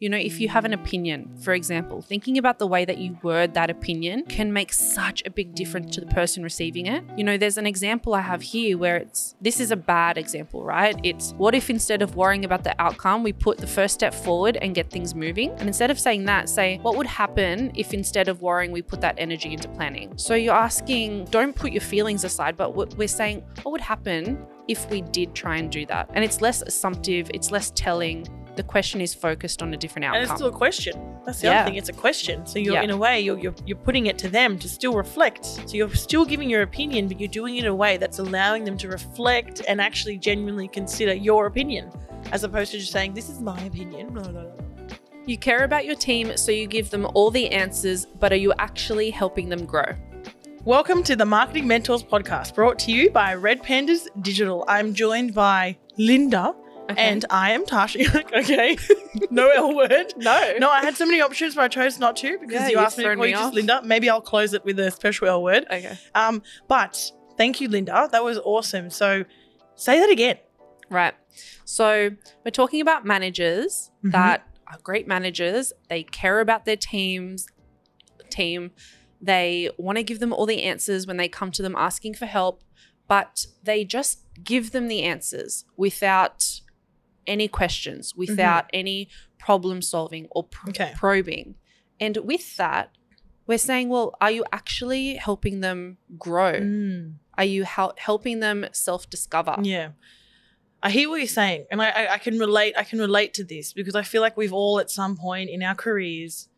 You know, if you have an opinion, for example, thinking about the way that you word that opinion can make such a big difference to the person receiving it. You know, there's an example I have here where it's this is a bad example, right? It's what if instead of worrying about the outcome, we put the first step forward and get things moving? And instead of saying that, say, what would happen if instead of worrying, we put that energy into planning? So you're asking, don't put your feelings aside, but what we're saying, what would happen if we did try and do that? And it's less assumptive, it's less telling. The question is focused on a different outcome. And it's still a question. That's the Yeah. other thing. It's a question. So you're Yeah. in a way you're, you're you're putting it to them to still reflect. So you're still giving your opinion, but you're doing it in a way that's allowing them to reflect and actually genuinely consider your opinion, as opposed to just saying this is my opinion. Blah, blah, blah. You care about your team, so you give them all the answers, but are you actually helping them grow? Welcome to the Marketing Mentors podcast, brought to you by Red Pandas Digital. I'm joined by Linda. And I am Tasha. okay. no L word. no, No, I had so many options, but I chose not to because Yeah, you you've asked me to thrown call me you just off. Linda. Maybe I'll close it with a special L word. Okay. Um, but thank you, Linda. That was awesome. So say that again. Right. So we're talking about managers Mhm. that are great managers. They care about their teams, team. They want to give them all the answers when they come to them asking for help, but they just give them the answers without any questions, without any problem solving or pr- Mm-hmm. Okay. probing. And with that, we're saying, well, are you actually helping them grow? Mm, Are you hel- helping them self discover? yeah. I hear what you're saying, and I, I, I can relate. I can relate to this because I feel like we've all, at some point in our careers,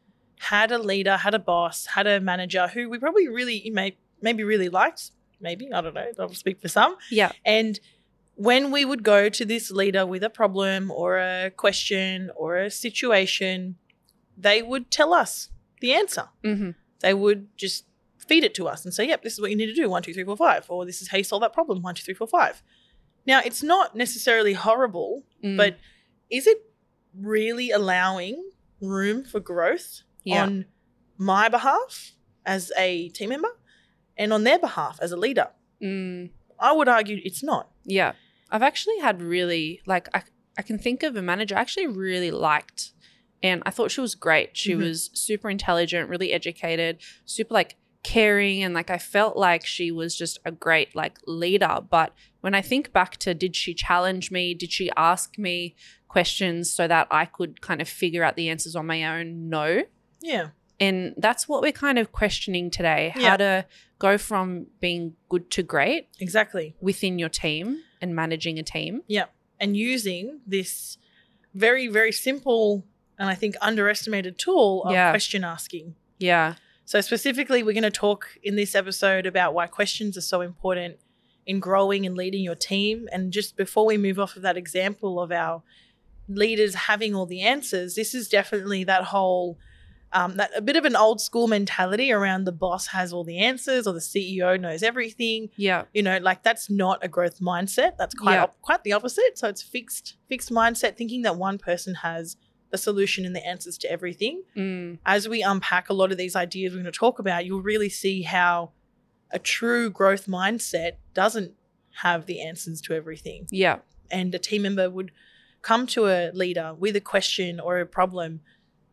had a leader, had a boss, had a manager who we probably really may, maybe really liked. Maybe I don't know. I'll speak for some. Yeah. And when we would go to this leader with a problem or a question or a situation, they would tell us the answer. Mm-hmm. They would just feed it to us and say, yep, this is what you need to do one, two, three, four, five. Or this is how you solve that problem one, two, three, four, five. Now, it's not necessarily horrible, Mm. but is it really allowing room for growth Yeah. on my behalf as a team member and on their behalf as a leader? Mm, I would argue it's not. yeah. I've actually had really, like, I, I can think of a manager I actually really liked. And I thought she was great. She Mhm. was super intelligent, really educated, super, like, caring. And, like, I felt like she was just a great, like, leader. But when I think back to did she challenge me? Did she ask me questions so that I could kind of figure out the answers on my own? No. Yeah. And that's what we're kind of questioning today how Yeah. to go from being good to great Exactly. within your team and managing a team. And using this very, very simple and I think underestimated tool of Yeah. question asking. Yeah. So, specifically, we're going to talk in this episode about why questions are so important in growing and leading your team. And just before we move off of that example of our leaders having all the answers, this is definitely that whole. Um, that a bit of an old school mentality around the boss has all the answers or the CEO knows everything. Yeah. you know like that's not a growth mindset that's quite Yeah. op- quite the opposite so it's fixed fixed mindset thinking that one person has the solution and the answers to everything Mm. as we unpack a lot of these ideas we're going to talk about you'll really see how a true growth mindset doesn't have the answers to everything Yeah. and a team member would come to a leader with a question or a problem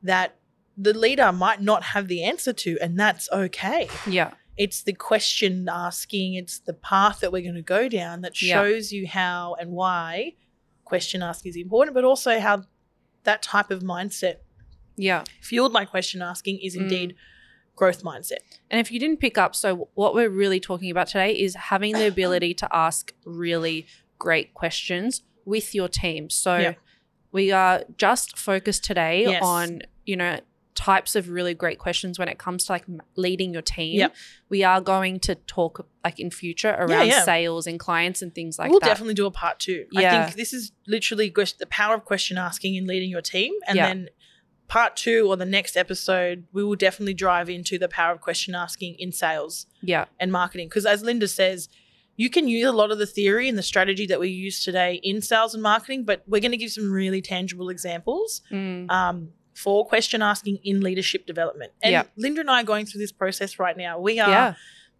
that the leader might not have the answer to and that's okay Yeah. it's the question asking, it's the path that we're going to go down that Yeah. shows you how and why question asking is important, but also how that type of mindset Yeah. fueled by question asking is Mm. indeed growth mindset. And if you didn't pick up, so what we're really talking about today is having the ability to ask really great questions with your team. So Yeah. we are just focused today Yes. on, you know, types of really great questions when it comes to like m- leading your team. Yep. We are going to talk like in future around yeah. sales and clients and things like we'll that. definitely do a part two. I Yeah. think this is literally ques- the power of question asking and leading your team. And Yeah. then part two or the next episode, we will definitely drive into the power of question asking in sales. yeah. and marketing. Because as Linda says, you can use a lot of the theory and the strategy that we use today in sales and marketing, but we're going to give some really tangible examples Mm. um, for question asking in leadership development. And Yeah. Linda and I are going through this process right now. We are Yeah.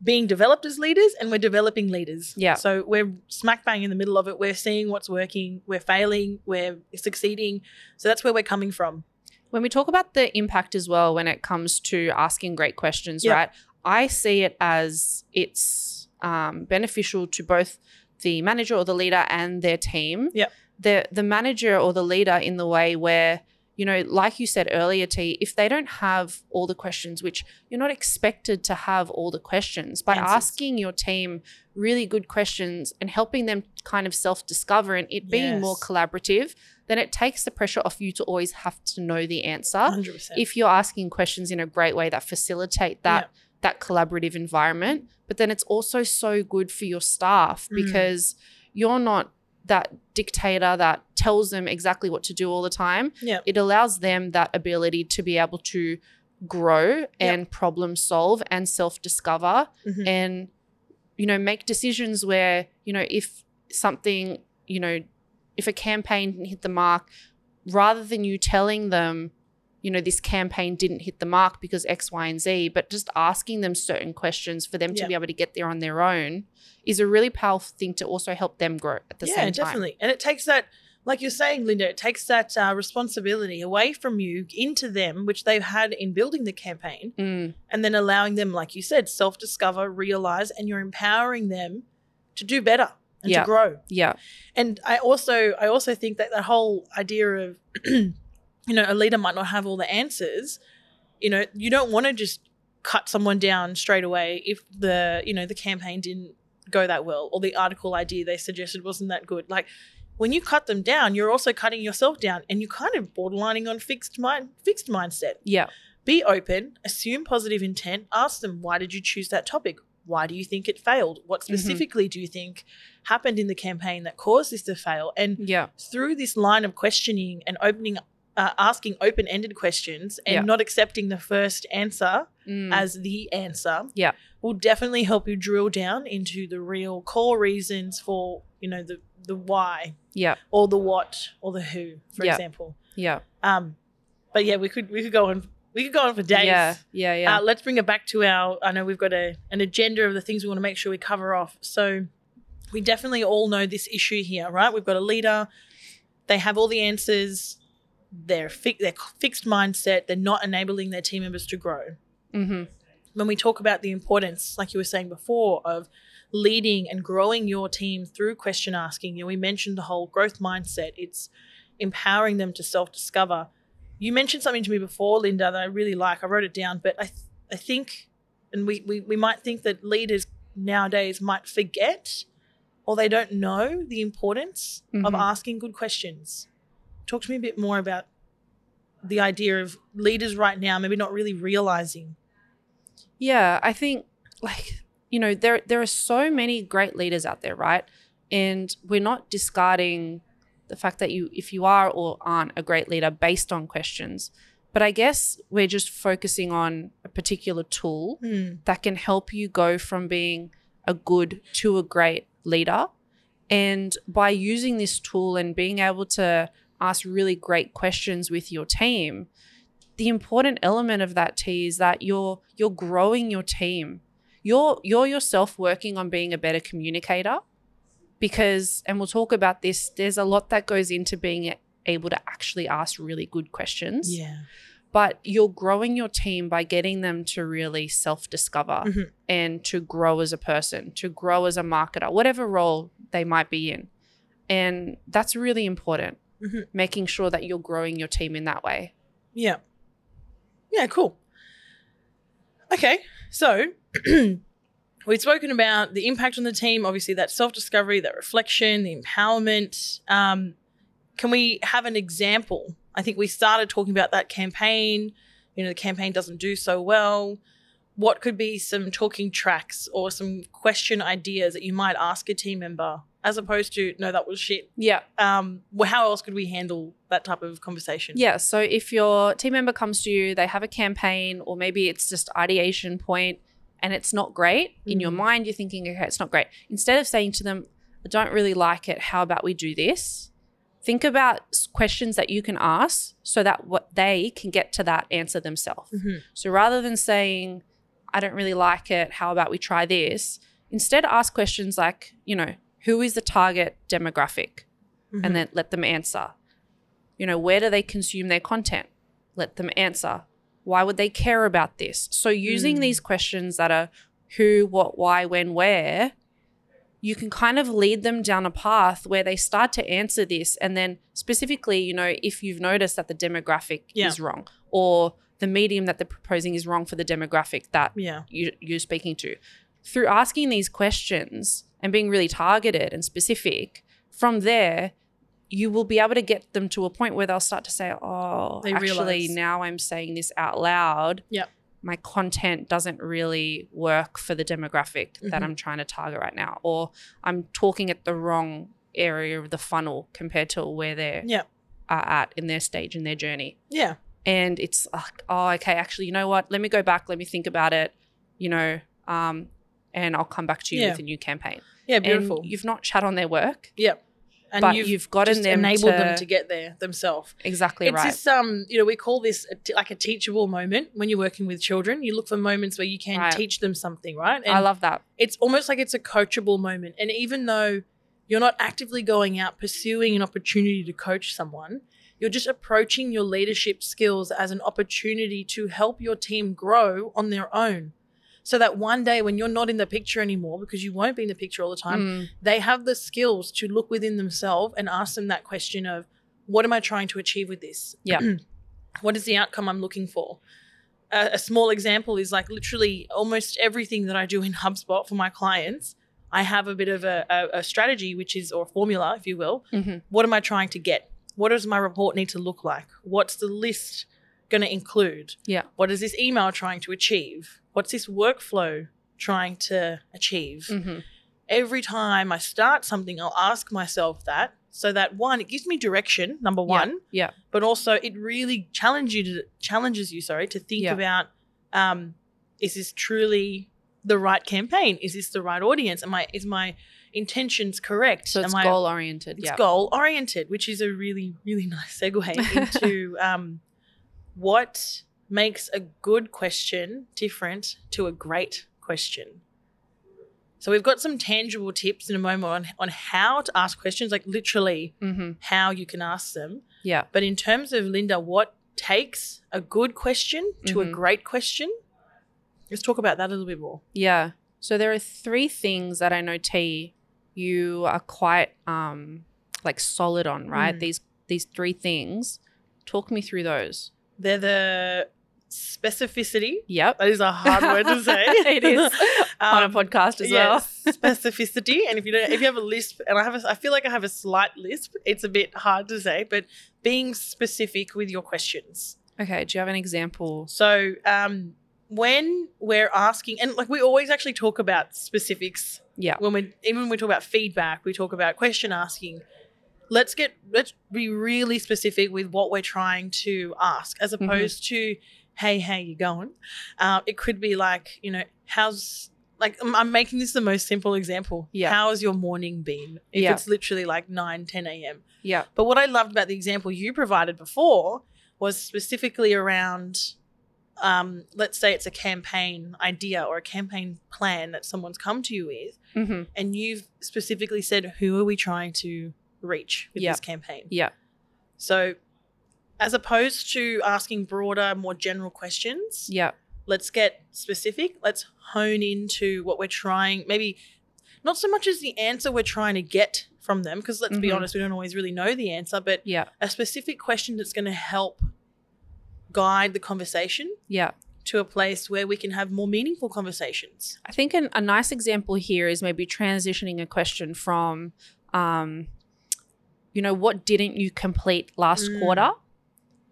being developed as leaders and we're developing leaders. Yeah. So we're smack bang in the middle of it. We're seeing what's working, we're failing, we're succeeding. So that's where we're coming from. When we talk about the impact as well, when it comes to asking great questions, Yeah. right? I see it as it's um, beneficial to both the manager or the leader and their team. Yeah. The the manager or the leader in the way where you know, like you said earlier, T, if they don't have all the questions, which you're not expected to have all the questions, by Answers. asking your team really good questions and helping them kind of self discover and it being more Yes. collaborative, then it takes the pressure off you to always have to know the answer. 100%. If you're asking questions in a great way that facilitate that that collaborative environment, but then it's also so good for your staff Mm. because you're not that dictator that tells them exactly what to do all the time. Yeah. It allows them that ability to be able to grow and problem solve and self-discover Yeah. Mhm. and you know make decisions where you know if something you know if a campaign didn't hit the mark rather than you telling them you know this campaign didn't hit the mark because x y and z but just asking them certain questions for them Yeah. to be able to get there on their own is a really powerful thing to also help them grow at the yeah, same time definitely. And it takes that, like you're saying, Linda, it takes that uh, responsibility away from you into them, which they've had in building the campaign, Mm, and then allowing them, like you said, self discover, realize, and you're empowering them to do better and Yeah. to grow. yeah And I also, I also think that the whole idea of, you know, a leader might not have all the answers. You know, you don't want to just cut someone down straight away if the, you know, the campaign didn't go that well or the article idea they suggested wasn't that good. Like when you cut them down, you're also cutting yourself down and you're kind of borderlining on fixed mind fixed mindset. yeah Be open, assume positive intent, ask them why did you choose that topic? Why do you think it failed? What Mm-hmm. specifically do you think happened in the campaign that caused this to fail? And yeah through this line of questioning and opening uh, asking open-ended questions and Yeah. not accepting the first answer Mm, as the answer Yeah. will definitely help you drill down into the real core reasons for you know the the why yeah or the what or the who for Yeah. example yeah um but yeah we could we could go on we could go on for days yeah yeah yeah uh, let's bring it back to our. I know we've got a, an agenda of the things we want to make sure we cover off. So we definitely all know this issue here, right? We've got a leader. They have all the answers. They're fi- they're fixed mindset. They're not enabling their team members to grow. hmm When we talk about the importance, like you were saying before, of leading and growing your team through question asking, you know, we mentioned the whole growth mindset. It's empowering them to self discover. You mentioned something to me before, Linda, that I really like. I wrote it down, but I, th- I think, and we, we, we might think that leaders nowadays might forget or they don't know the importance of Mhm. asking good questions. Talk to me a bit more about the idea of leaders right now, maybe not really realizing. Yeah, I think like you know there there are so many great leaders out there, right? And we're not discarding the fact that you if you are or aren't a great leader based on questions. But I guess we're just focusing on a particular tool that can help you go from being a good to a great leader. And by using this tool and being able to ask really great questions with your team, the important element of that T is that you're you're growing your team. You're you're yourself working on being a better communicator because and we'll talk about this there's a lot that goes into being able to actually ask really good questions Yeah. but you're growing your team by getting them to really self discover Mhm. and to grow as a person, to grow as a marketer, whatever role they might be in. And that's really important, Mhm. making sure that you're growing your team in that way. Yeah. Yeah, cool. Okay. So we've spoken about the impact on the team, obviously, that self discovery, that reflection, the empowerment. Um, can we have an example? I think we started talking about that campaign. You know, the campaign doesn't do so well. What could be some talking tracks or some question ideas that you might ask a team member as opposed to, no, that was shit? Yeah. Um, well, how else could we handle that type of conversation? Yeah. So if your team member comes to you, they have a campaign, or maybe it's just ideation point and it's not great in your Mhm. mind, you're thinking, okay, it's not great. Instead of saying to them, I don't really like it, how about we do this? Think about s- questions that you can ask so that what they can get to that answer themselves. Mhm. So rather than saying, I don't really like it, how about we try this? Instead, ask questions like, you know, who is the target demographic? Mhm. Mm-hmm. and then let them answer. You know, where do they consume their content? let them answer. Why would they care about this? So, using Mm. these questions that are who, what, why, when, where, you can kind of lead them down a path where they start to answer this. And then, specifically, you know, if you've noticed that the demographic Yeah. is wrong or the medium that they're proposing is wrong for the demographic that Yeah. you, you're speaking to. Through asking these questions and being really targeted and specific, from there, you will be able to get them to a point where they'll start to say, Oh, They actually, realise. now I'm saying this out loud. Yep. My content doesn't really work for the demographic that Mhm. I'm trying to target right now. Or I'm talking at the wrong area of the funnel compared to where they Yeah. are at in their stage, in their journey Yeah. and it's like, oh, okay, actually, you know what? Let me go back, let me think about it, you know, um, and I'll come back to you Yeah. with a new campaign. Yeah. Beautiful. And you've not chat on their work, yep. And but you've, you've, gotten just them enabled to, them to get there themselves. exactly It's right. this, um, you know, we call this a t- like a teachable moment when you're working with children. You look for moments where you can Right. teach them something, right? And I love that. it's almost like it's a coachable moment. And even though you're not actively going out pursuing an opportunity to coach someone, you're just approaching your leadership skills as an opportunity to help your team grow on their own. So that one day when you're not in the picture anymore, because you won't be in the picture all the time, Mm, they have the skills to look within themselves and ask them that question of what am i trying to achieve with this Yeah. what is the outcome i'm looking for a, a small example is like literally almost everything that i do in hubspot for my clients i have a bit of a, a, a strategy which is or formula if you will mhm. what am i trying to get what does my report need to look like what's the list going to include Yeah. what is this email trying to achieve what's this workflow trying to achieve Mhm. every time I start something, I'll ask myself that so that one, it gives me direction, number one, Yeah. but also it really challenge you to, challenges you, sorry, to think Yeah. about um, is this truly the right campaign? Is this the right audience? Am I is my intentions correct? So it's Am I- goal oriented. it's Yeah. goal oriented, which is a really, really nice segue into um, what makes a good question different to a great question. So we've got some tangible tips in a moment on, on how to ask questions, like literally hmm how you can ask them. Yeah. But in terms of Linda, what takes a good question to a Mhm. great question? Let's talk about that a little bit more. Yeah. So there are three things that I know T you are quite um like solid on, right? Mm. These these three things. Talk me through those. They're the specificity. Yep. That is a hard word to say. It is. on a Um, podcast as yes, specificity. And if you don't, if you have a lisp, and I have, a, I feel like I have a slight lisp. It's a bit hard to say, but being specific with your questions. well. Okay, do you have an example? So um, when we're asking, and like we always actually talk about specifics Yeah. when we even when we talk about feedback, we talk about question asking. Let's get let's be really specific with what we're trying to ask, Mm-hmm. as opposed to "Hey, how you going?" Uh, it could be like you know, "How's like I'm, I'm making this the most simple example. Yeah. how's your morning been? If Yeah. it's literally like 9, 10 a.m. Yeah. But what I loved about the example you provided before was specifically around, um, let's say it's a campaign idea or a campaign plan that someone's come to you with hmm and you've specifically said who are we trying to reach with Yeah. this campaign Yeah. so as opposed to asking broader more general questions Yeah. let's get specific let's hone into what we're trying maybe not so much as the answer we're trying to get from them because let's be Mhm. honest we don't always really know the answer but Yeah. a specific question that's going to help guide the conversation Yeah. to a place where we can have more meaningful conversations I think an, a nice example here is maybe transitioning a question from, um, you know, what didn't you complete last Mm. quarter?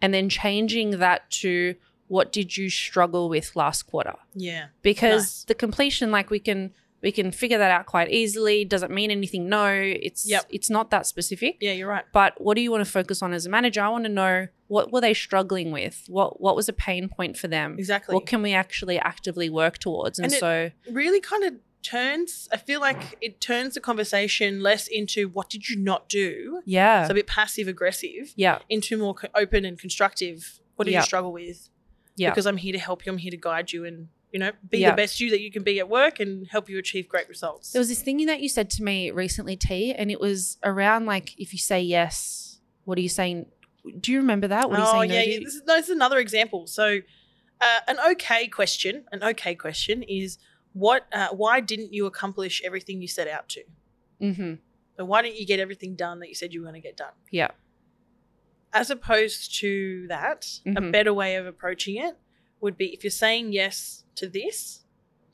And then changing that to what did you struggle with last quarter? yeah because Nice. the completion like we can we can figure that out quite easily doesn't mean anything no it's Yep. it's not that specific yeah you're right but what do you want to focus on as a manager i want to know what were they struggling with what what was a pain point for them exactly what can we actually actively work towards and, And it- so really kind of turns i feel like it turns the conversation less into what did you not do yeah so a bit passive aggressive yeah into more co- open and constructive what do Yeah. you struggle with Yeah. because i'm here to help you i'm here to guide you and you know be Yeah. the best you that you can be at work and help you achieve great results there was this thing that you said to me recently t and it was around like if you say yes what are you saying Do you remember that? What do you say no oh yeah, to? yeah. This is, no, this is another example. So, uh, an okay question, an okay question is what? Uh, why didn't you accomplish everything you set out to? Mhm. So why didn't you get everything done that you said you were going to get done? Yeah. As opposed to that, a Mhm. better way of approaching it would be if you're saying yes to this,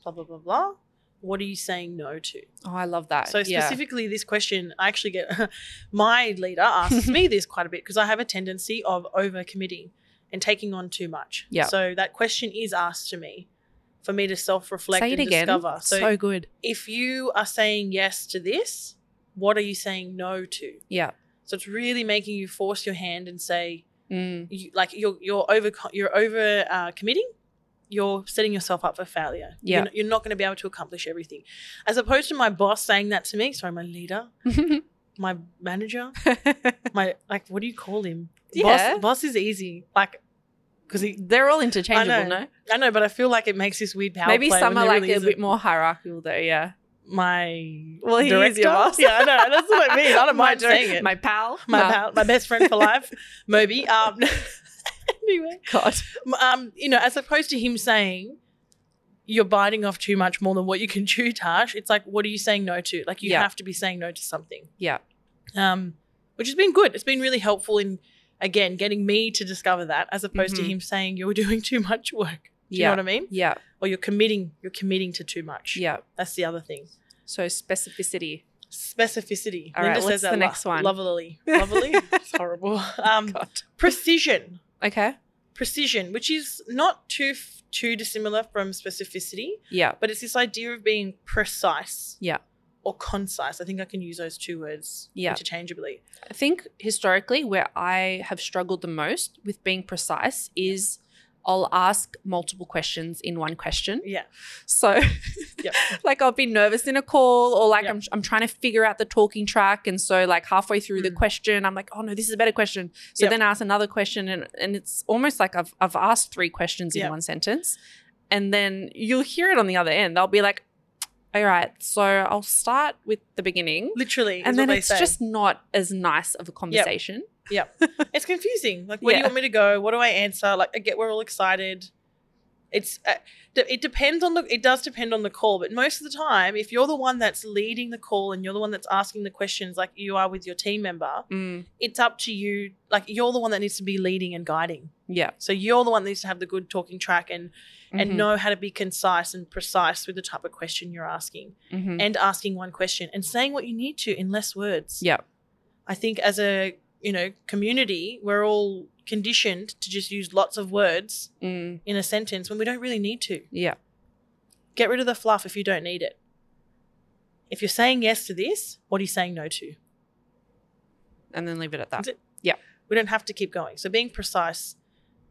blah blah blah blah. What are you saying no to? Oh, I love that. So yeah. specifically, this question, I actually get my leader asks me this quite a bit because I have a tendency of overcommitting and taking on too much. Yeah. So that question is asked to me for me to self-reflect Say it and again. discover. So, So, good. if you are saying yes to this, what are you saying no to? Yeah. So it's really making you force your hand and say, Mm. you, like you're you're over you're over uh, committing. You're setting yourself up for failure. Yeah. You're, you're not going to be able to accomplish everything. As opposed to my boss saying that to me, sorry, my leader, my manager, my like, what do you call him? Yeah. Boss, boss is easy. Like, because he, They're all interchangeable, I know. no? I know, but I feel like it makes this weird power. Maybe play some when are there like really a bit isn't. more hierarchical, though. Yeah. My Well, he is your director? boss. Yeah, I know. That's what I mean. I don't My mind dir- saying it. My pal. my, No. pal, my best friend for life, Moby. Um, anyway, God. um, you know, as opposed to him saying you're biting off too much more than what you can chew, Tash. It's like, what are you saying no to? Like, you Yeah. have to be saying no to something. Yeah. Um, which has been good. It's been really helpful in again getting me to discover that, as opposed Mhm. to him saying you're doing too much work. Do you Yeah. know what I mean? Yeah. Or you're committing. You're committing to too much. Yeah. that's the other thing. So specificity. Specificity. All Linda right, what's the next one? Lovely. Lovely. it's horrible. Um, God. precision. Okay. precision, which is not too f- too dissimilar from specificity, Yeah. but it's this idea of being precise. Yeah. Or concise. I think I can use those two words Yeah. interchangeably. I think historically, where I have struggled the most with being precise is I'll ask multiple questions in one question. Yeah. So, Yep. like, I'll be nervous in a call, or like, Yeah. I'm, I'm trying to figure out the talking track. And so, like, halfway through the Mm. question, I'm like, oh no, this is a better question. So Yep. then I ask another question, and, and it's almost like I've, I've asked three questions in Yep. one sentence. And then you'll hear it on the other end. They'll be like, all right, so I'll start with the beginning Literally. and then it's say. just not as nice of a conversation. it's confusing. Like, where do Yeah. you want me to go? What do I answer? Like, I get we're all excited. It's uh, d- it depends on the it does depend on the call, but most of the time, if you're the one that's leading the call and you're the one that's asking the questions, like you are with your team member, Mm, it's up to you. Like you're the one that needs to be leading and guiding. yeah. Mm-hmm. So you're the one that needs to have the good talking track and and know how to be concise and precise with the type of question you're asking Mhm, mhm. and asking one question and saying what you need to in less words. Yeah. I think as a you know community, we're all conditioned to just use lots of words Mm, in a sentence when we don't really need to. yeah. Get rid of the fluff if you don't need it. If you're saying yes to this, what are you saying no to? And then leave it at that. Is it- We don't have to keep going. So being precise,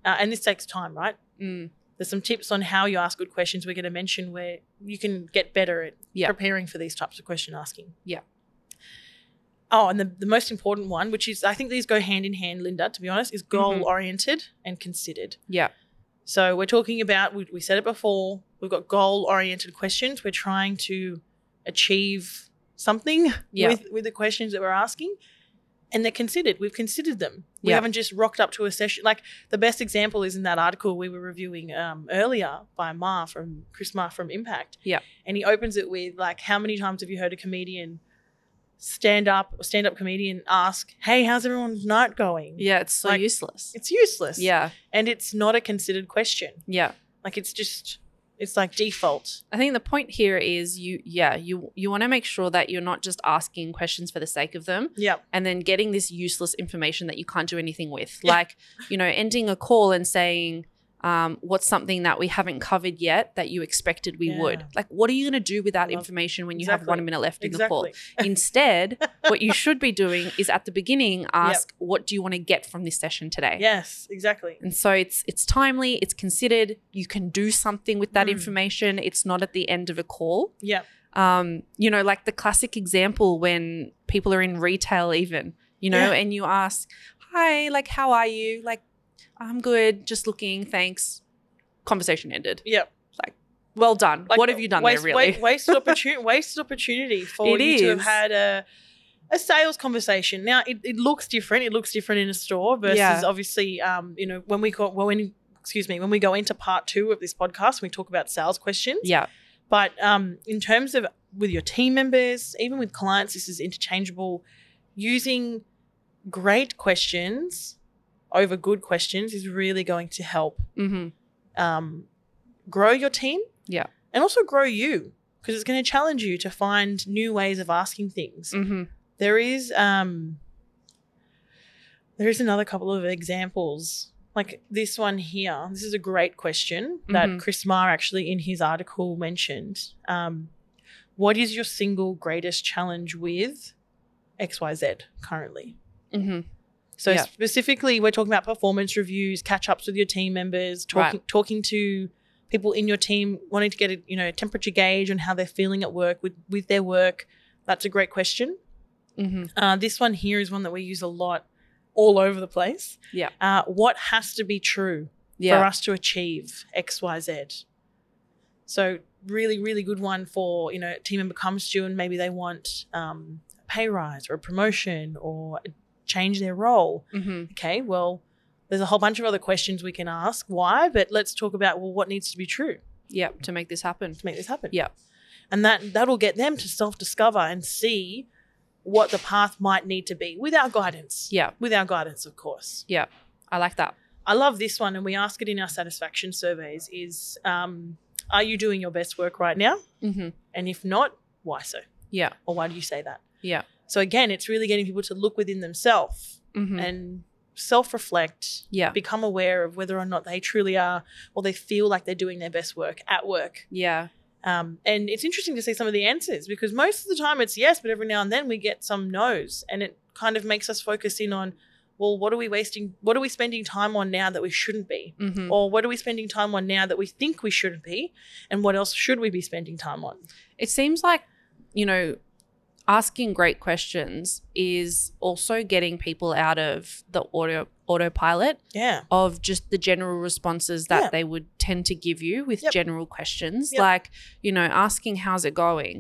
uh, and this takes time, right? Mm, there's some tips on how you ask good questions we're going to mention where you can get better at Yeah. preparing for these types of question asking. Yeah. Oh, and the, the most important one, which is I think these go hand in hand, Linda, to be honest, is Mm-hmm. goal oriented and considered. yeah. So we're talking about, we, we said it before, we've got goal oriented questions. We're trying to achieve something Yeah. with, with the questions that we're asking. And they're considered. We've considered them. We Yeah. haven't just rocked up to a session. Like the best example is in that article we were reviewing um, earlier by Ma from Chris Ma from Impact. Yeah. And he opens it with like, how many times have you heard a comedian stand up, a stand up comedian ask, hey, how's everyone's night going? yeah. It's so Like, useless. It's useless. yeah. And it's not a considered question. Yeah. Like it's just it's like default. I think the point here is you, yeah, you, you want to make sure that you're not just asking questions for the sake of them Yeah. and then getting this useless information that you can't do anything with. Yeah. Like, you know, ending a call and saying, um, what's something that we haven't covered yet that you expected we would? Yeah. Like, what are you going to do with that Love- information when you have Exactly. one minute left in the call? Exactly. Instead, what you should be doing is at the beginning ask, what do you want to get from this session today? Yes, exactly. And so it's it's timely, it's considered, you can do something with that Mm. information. It's not at the end of a call. Yeah. Um, you know, like the classic example when people are in retail even, you know, Yeah. and you ask, "Hi, like how are you?" Like, "I'm good, just looking, thanks." Conversation ended. Yeah. Well done. Like, what have you done waste, there really? wa- wasted opportunity wasted opportunity for It you to have is. had a a sales conversation. Now it, it looks different. It looks different in a store versus Yeah. obviously, um, you know, when we go well, when excuse me, when we go into part two of this podcast, we talk about sales questions. Yeah. But um, in terms of with your team members, even with clients, this is interchangeable. Using great questions over good questions is really going to help Mm-hmm. um, grow your team. Yeah. And also grow you because it's going to challenge you to find new ways of asking things Mm-hmm. there is um there is another couple of examples like this one here this is a great question that Mhm. chris marr actually in his article mentioned um, what is your single greatest challenge with xyz currently Mm-hmm. so Yeah. specifically we're talking about performance reviews catch ups with your team members talking talking to people in your team wanting to get a you know temperature gauge on how they're feeling at work with with their work that's a great question Mm-hmm. uh, this one here is one that we use a lot all over the place. Yeah. Uh, what has to be true for Yeah. us to achieve XYZ? So, really, really good one for, you know, a team member comes to you and maybe they want um, a pay rise or a promotion or change their role. Mm-hmm. Okay, well, there's a whole bunch of other questions we can ask why, but let's talk about, well, what needs to be true Yeah. To make this happen. to make this happen? Yeah. and that that'll get them to self-discover and see what the path might need to be with our guidance Yeah. with our guidance of course I like that. i love this one and we ask it in our satisfaction surveys is um, are you doing your best work right now Mm-hmm. and if not why so Yeah. or why do you say that Yeah. so again it's really getting people to look within themselves Mm-hmm. and self-reflect yeah. become aware of whether or not they truly are or they feel like they're doing their best work at work Yeah. um, and it's interesting to see some of the answers because most of the time it's yes, but every now and then we get some no's, and it kind of makes us focus in on, well, what are we wasting? What are we spending time on now that we shouldn't be? Mm-hmm. Or what are we spending time on now that we think we shouldn't be? And what else should we be spending time on? It seems like, you know, asking great questions is also getting people out of the auto autopilot Yeah. of just the general responses that Yeah. they would tend to give you with Yep. general questions Yep. like you know asking how's it going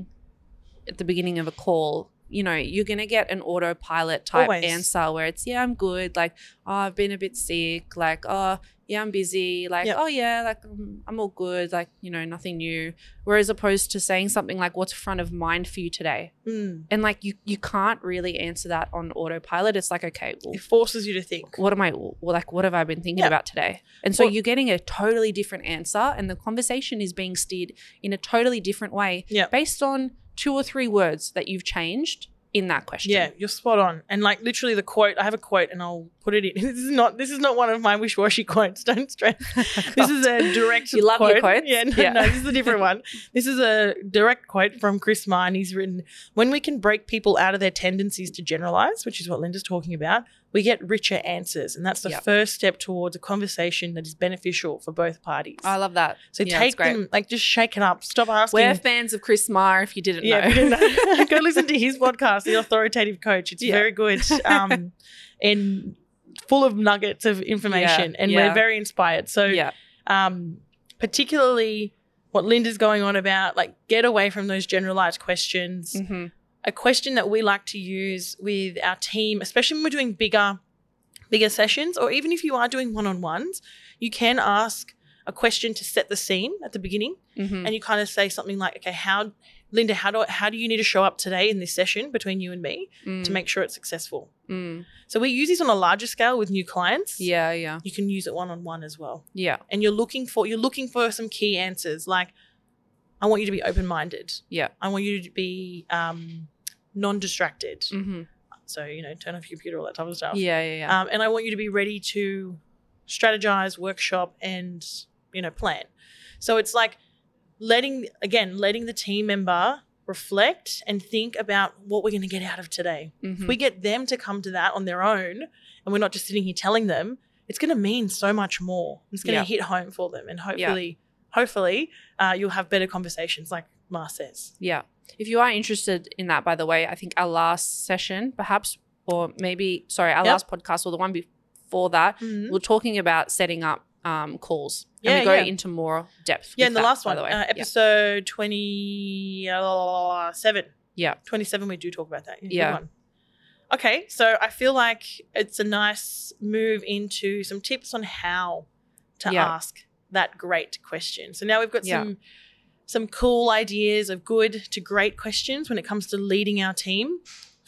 at the beginning of a call you know you're going to get an autopilot type Always. answer where it's yeah i'm good like oh i've been a bit sick like oh yeah i'm busy like Yep. oh yeah like um, i'm all good like you know nothing new whereas opposed to saying something like what's front of mind for you today Mm. and like you you can't really answer that on autopilot it's like okay well It forces you to think. what am I well, like what have I been thinking Yeah. about today? And so Well- you're getting a totally different answer and the conversation is being steered in a totally different way Yeah. based on two or three words that you've changed in that question. Yeah, you're spot on. And like literally the quote, I have a quote and I'll put it in. This is not this is not one of my wishy-washy quotes. Don't stress. this is a direct You love quote. your quotes? Yeah, no, Yeah. no, this is a different one. This is a direct quote from Chris Marr, and he's written, When we can break people out of their tendencies to generalize, which is what Linda's talking about, we get richer answers. And that's the Yep. first step towards a conversation that is beneficial for both parties. I love that. so yeah, it's take great. them, like just shake it up. Stop asking. We're fans of Chris Marr if you didn't Yeah, know. if you didn't know, go listen to his podcast, The Authoritative Coach. It's Yeah. very good um, and full of nuggets of information, and yeah. we're very inspired. So, yeah. um, particularly what Linda's going on about, like get away from those generalized questions. hmm A question that we like to use with our team, especially when we're doing bigger, bigger sessions, or even if you are doing one-on-ones, you can ask a question to set the scene at the beginning hmm and you kind of say something like, "Okay, how, Linda, how do how do you need to show up today in this session between you and me to make sure it's successful?" Mm-hmm. mm. So we use this on a larger scale with new clients. Yeah, yeah. you can use it one on one as well. Yeah. And you're looking for you're looking for some key answers like, "I want you to be open minded. Yeah. I want you to be um, non distracted. hmm So you know, turn off your computer, all that type of stuff. Yeah, yeah, yeah. Um, and I want you to be ready to strategize, workshop, and you know, plan. So it's like letting again, letting the team member reflect and think about what we're going to get out of today. Mhm. If we get them to come to that on their own, and we're not just sitting here telling them, it's going to mean so much more. It's going to Yeah. hit home for them, and hopefully, hopefully, uh, you'll have better conversations, like Mar says. Yeah. If you are interested in that, by the way, I think our last session, perhaps, or maybe, sorry, our Yep. last podcast or the one before that, Mhm. we're talking about setting up um, calls. And Yeah, we go yeah. into more depth. Yeah, with and the that, last by one, the way. uh, Yeah. episode twenty-seven. Yeah. 27 we do talk about that Yeah. good one. Okay, so I feel like it's a nice move into some tips on how to Yeah. ask that great question. So now we've got Yeah. some some cool ideas of good to great questions when it comes to leading our team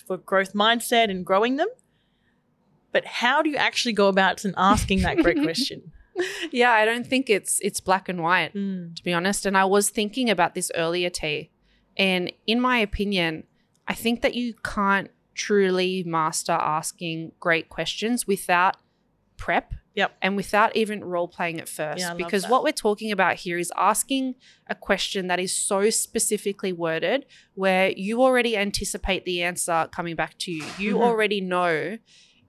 for growth mindset and growing them. But how do you actually go about and asking that great question? Yeah, I don't think it's it's black and white Mm, to be honest. And I was thinking about this earlier, T. And in my opinion, I think that you can't truly master asking great questions without prep. Yep. And without even role playing at first. Yeah, I love because that. what we're talking about here is asking a question that is so specifically worded where you already anticipate the answer coming back to you. You Mhm. already know,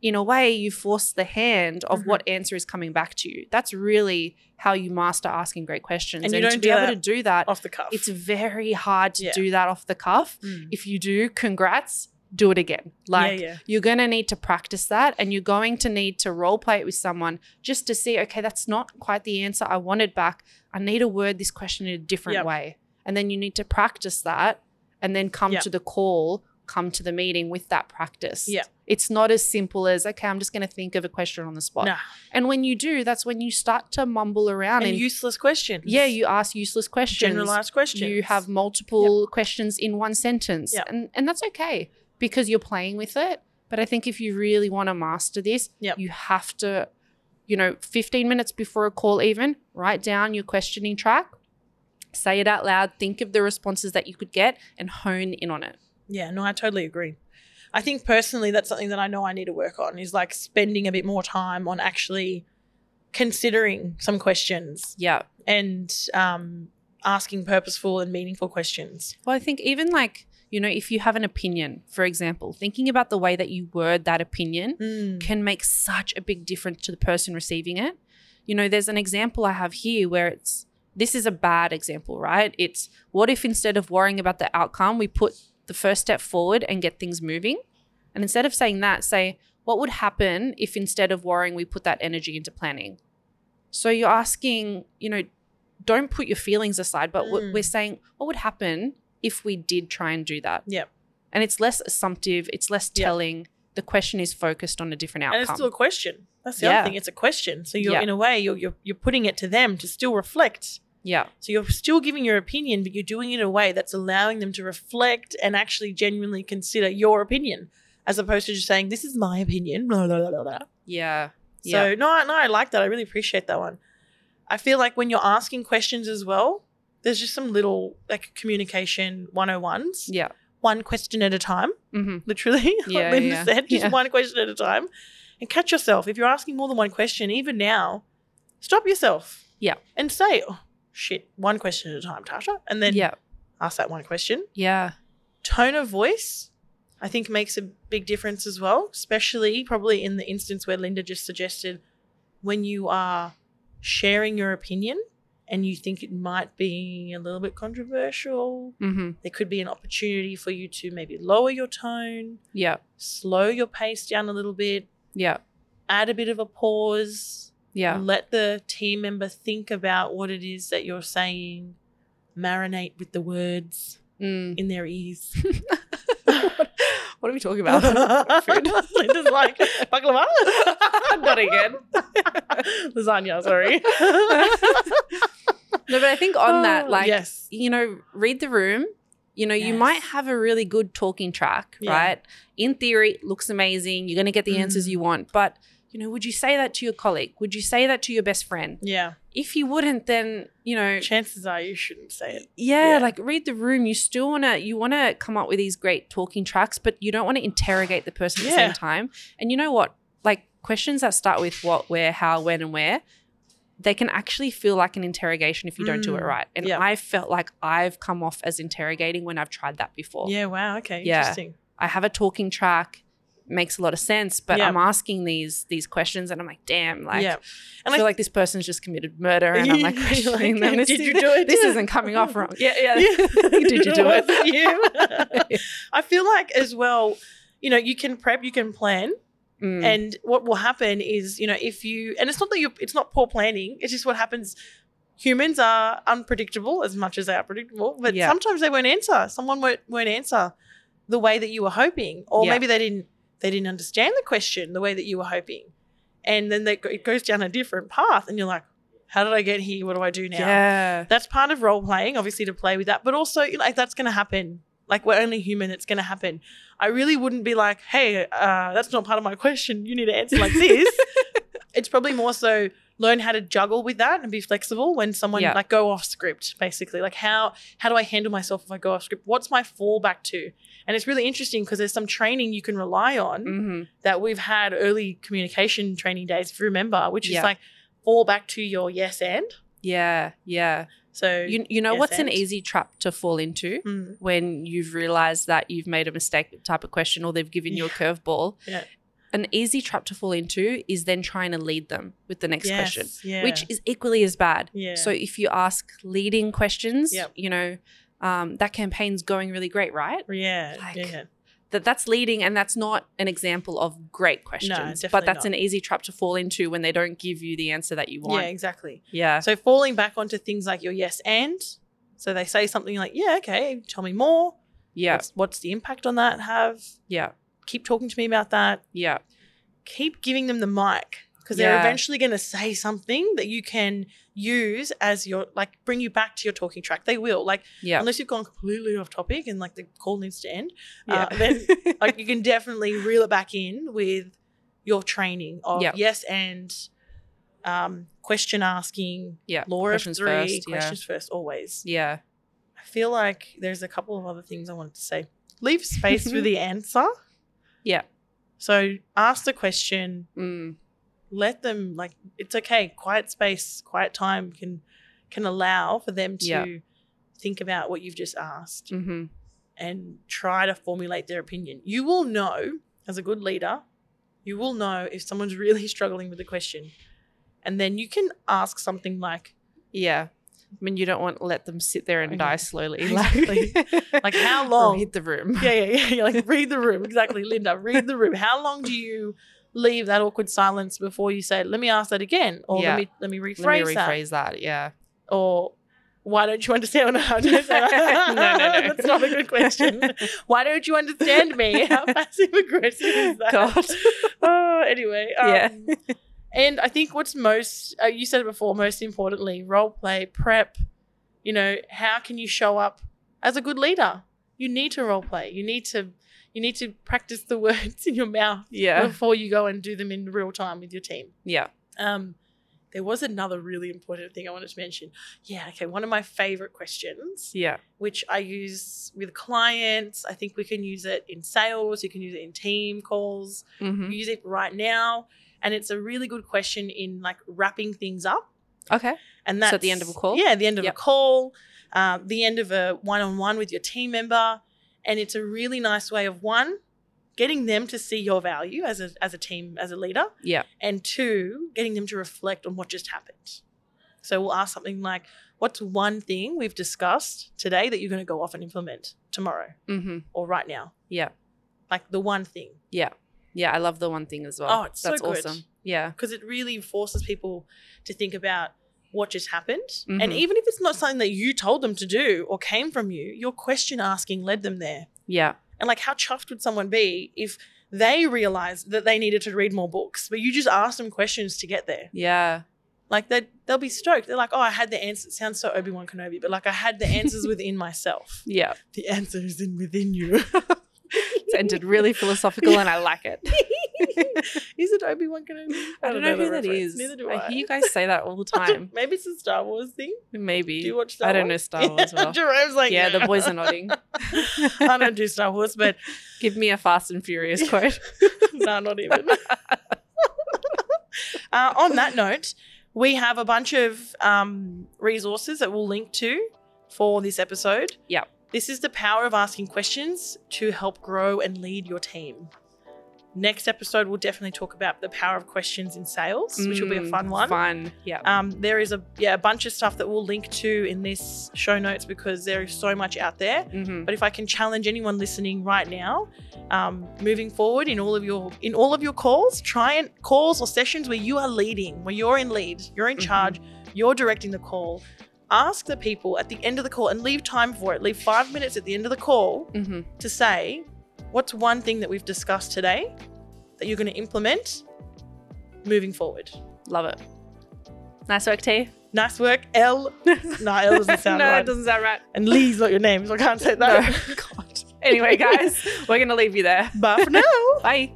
in a way, you force the hand of Mhm. what answer is coming back to you. That's really how you master asking great questions. And you to don't be do able that to do that, Off the cuff. it's very hard to Yeah. do that off the cuff. Mm. If you do, congrats, do it again. Like, yeah, yeah. you're going to need to practice that and you're going to need to role play it with someone just to see, okay, that's not quite the answer I wanted back. I need to word this question in a different Yep. way. And then you need to practice that and then come Yep. to the call, come to the meeting with that practice. Yeah. It's not as simple as, okay, I'm just going to think of a question on the spot. Nah. And when you do, that's when you start to mumble around And, and, useless questions. yeah, you ask useless questions. generalized questions. You have multiple questions in one sentence. Yep. And and that's okay because you're playing with it. But I think if you really want to master this, Yep. you have to, you know, 15 minutes before a call even, write down your questioning track, say it out loud, think of the responses that you could get and hone in on it. Yeah, no, I totally agree. I think personally, that's something that I know I need to work on is like spending a bit more time on actually considering some questions Yeah. and um, asking purposeful and meaningful questions. Well, I think even like, you know, if you have an opinion, for example, thinking about the way that you word that opinion can make such a big difference to the person receiving it. You know, there's an example I have here where it's this is a bad example, right? It's what if instead of worrying about the outcome, we put the first step forward and get things moving? And instead of saying that, say, what would happen if instead of worrying, we put that energy into planning? So you're asking, you know, don't put your feelings aside, but we're- Mm. we're saying, what would happen if we did try and do that? Yep. And it's less assumptive, it's less Yep. telling. The question is focused on a different outcome. And it's still a question. That's the Yeah. other thing. It's a question. So you're Yeah. in a way you're, you're you're putting it to them to still reflect. Yeah. So you're still giving your opinion, but you're doing it in a way that's allowing them to reflect and actually genuinely consider your opinion, as opposed to just saying this is my opinion. Blah, blah, blah, blah, blah. Yeah. So no, I- no, I like that. I really appreciate that one. I feel like when you're asking questions as well, there's just some little like communication 101s, yeah. one question at a time, hmm literally. Yeah, like Linda yeah, said, just yeah. one question at a time. And catch yourself. If you're asking more than one question, even now, stop yourself. Yeah. And say, oh, shit, one question at a time, Tasha. And then yeah. ask that one question. Yeah. Tone of voice, I think, makes a big difference as well, especially probably in the instance where Linda just suggested when you are sharing your opinion and you think it might be a little bit controversial, hmm there could be an opportunity for you to maybe lower your tone, Yeah. slow your pace down a little bit, Yeah. add a bit of a pause, Yeah. let the team member think about what it is that you're saying, marinate with the words Mm. in their ears. what are we talking Food. Linda's like, baklava? Not again. Lasagna, sorry. No, but I think on that, like, Oh, yes. you know, read the room. You know, you Yes. might have a really good talking track, Yeah. right? In theory, it looks amazing. You're going to get the answers Mm. you want. But, you know, would you say that to your colleague? Would you say that to your best friend? Yeah. If you wouldn't, then, you know, Chances are you shouldn't say it. yeah, Yeah. like read the room. You still wanna you wanna come up with these great talking tracks, but you don't want to interrogate the person at the Yeah. same time. And you know what? Like questions that start with what, where, how, when, and where, they can actually feel like an interrogation if you don't do it Mm. right. And Yeah. I felt like I've come off as interrogating when I've tried that before. Yeah, wow. Okay. Yeah. Interesting. I have a talking track, makes a lot of sense, but Yeah. I'm asking these these questions and I'm like, damn, like yeah. I feel like this person's just committed murder and I'm like You're questioning like, them. This "Did is- you do it?" This isn't coming off wrong. Yeah, yeah. Did you do Was it? you? I feel like as well, you know, you can prep, you can plan, Mm. and what will happen is, you know, if you and it's not that you it's not poor planning, it's just what happens. Humans are unpredictable as much as they are predictable, but Yeah. sometimes they won't answer. Someone won't won't answer the way that you were hoping, or Yeah. maybe they didn't. they didn't understand the question the way that you were hoping. And then they, it goes down a different path, and you're like, how did I get here? What do I do now? Yeah. That's part of role playing, obviously, to play with that, but also you know, like that's going to happen. Like we're only human; it's going to happen. I really wouldn't be like, "Hey, uh, that's not part of my question. You need to answer like this." it's probably more so learn how to juggle with that and be flexible when someone Yeah. like go off script basically like how how do i handle myself if i go off script what's my fallback to and it's really interesting because there's some training you can rely on Mm-hmm. that we've had early communication training days if you remember which Yeah. is like fall back to your yes and Yeah. Yeah. so You, you know Yes, what's an and- easy trap to fall into? mm, when you've realized that you've made a mistake type of question or they've given you a Yeah. curveball. Yeah. An easy trap to fall into is then trying to lead them with the next yes, question, yeah, which is equally as bad. yeah So if you ask leading questions, Yep. you know, um, that campaign's going really great, right? yeah like, yeah That that's leading and that's not an example of great questions. but definitely that's not. an easy trap to fall into when they don't give you the answer that you yeah want. exactly Yeah. So falling back onto things like your yes and. So they say something like, yeah, okay, tell me more. Yeah. What's, what's the impact on that have? Yeah. Keep talking to me about that. Yeah. Keep giving them the mic because they're Yeah. eventually going to say something that you can use as your, like, bring you back to your talking track. They will. Like, Yeah. unless you've gone completely off topic and, like, the call needs to end, Yeah. uh, then, like, you can definitely reel it back in with your training of Yep. yes and um, question asking, yeah. Laura Questions three first, yeah. questions first always. Yeah. I feel like there's a couple of other things I wanted to say. Leave space for the answer. Yeah. So ask the question. Mm. Let them like it's okay. Quiet space, quiet time can can allow for them to Yeah. think about what you've just asked hmm and try to formulate their opinion. You will know as a good leader, you will know if someone's really struggling with the question. And then you can ask something like, Yeah. I mean, you don't want to let them sit there and Okay. die slowly. Exactly. Like, how long? Hit the room. yeah, yeah, yeah. You're like, read the room. Exactly, Linda, read the room. How long do you leave that awkward silence before you say, let me ask that again? Or Yeah. let me let me rephrase, Let me that. rephrase that. Yeah. Or why don't you understand what I understand? No, no, no. That's not a good question. why don't you understand me? How passive aggressive is that? God. Oh, anyway. Yeah. um, and I think what's most, uh, you said it before, most importantly, role play, prep, you know, how can you show up as a good leader? You need to role play. You need to, you need to practice the words in your mouth Yeah. before you go and do them in real time with your team. Yeah. Um, there was another really important thing I wanted to mention. Yeah, okay. One of my favorite questions Yeah. which I use with clients. I think we can use it in sales, you can use it in team calls, hmm you use it right now. And it's a really good question in like wrapping things up. Okay. And that's So at the end of a call? Yeah, the end of Yep. a call, uh, the end of a one on one with your team member. And it's a really nice way of one, getting them to see your value as a, as a team, as a leader, Yeah. and two, getting them to reflect on what just happened. So we'll ask something like, What's one thing we've discussed today that you're going to go off and implement tomorrow hmm or right now? Yeah. Like the one thing, Yeah. Yeah. I love the one thing as well. Oh, it's so That's good. awesome. Yeah. because it really forces people to think about what just happened. Mhm. And even if it's not something that you told them to do or came from you, your question asking led them there. Yeah. And like, how chuffed would someone be if they realized that they needed to read more books, but you just asked them questions to get there? Yeah. Like they they'll be stoked. They're like, oh, I had the answer. It sounds so Obi Wan Kenobi, but like I had the answers within myself. Yeah. The answer is in within you. It's ended really philosophical and I like it. is it Obi Wan Kenobi? I don't, know, who that is. Neither do I I. hear you guys say that all the time. Maybe it's a Star Wars thing. Maybe. Do you watch Star I don't know Wars? Star Wars well. Jerome's like, Yeah, the boys are nodding. I don't do Star Wars, but Give me a Fast and Furious quote. no, not even. uh, on that note, we have a bunch of um, resources that we'll link to for this episode. Yep. This is the power of asking questions to help grow and lead your team. Next episode, we'll definitely talk about the power of questions in sales, which will be a Mm, fun one. Fun. Yeah. Um, there is a yeah a bunch of stuff that we'll link to in this show notes because there is so much out there. hmm But if I can challenge anyone listening right now, um, moving forward in all of your in all of your calls, try and calls or sessions where you are leading, where you're in lead, you're in Mhm. charge, you're directing the call. Ask the people at the end of the call and leave time for it. Leave five minutes at the end of the call hmm to say, "What's one thing that we've discussed today that you're going to implement moving forward. Love it. Nice work, T. Nice work, L. Nah, L doesn't sound no, right. it doesn't sound right. And Lee's not your name, so I can't say No. that. God. Anyway, guys, we're going to leave you there. But for now. Bye.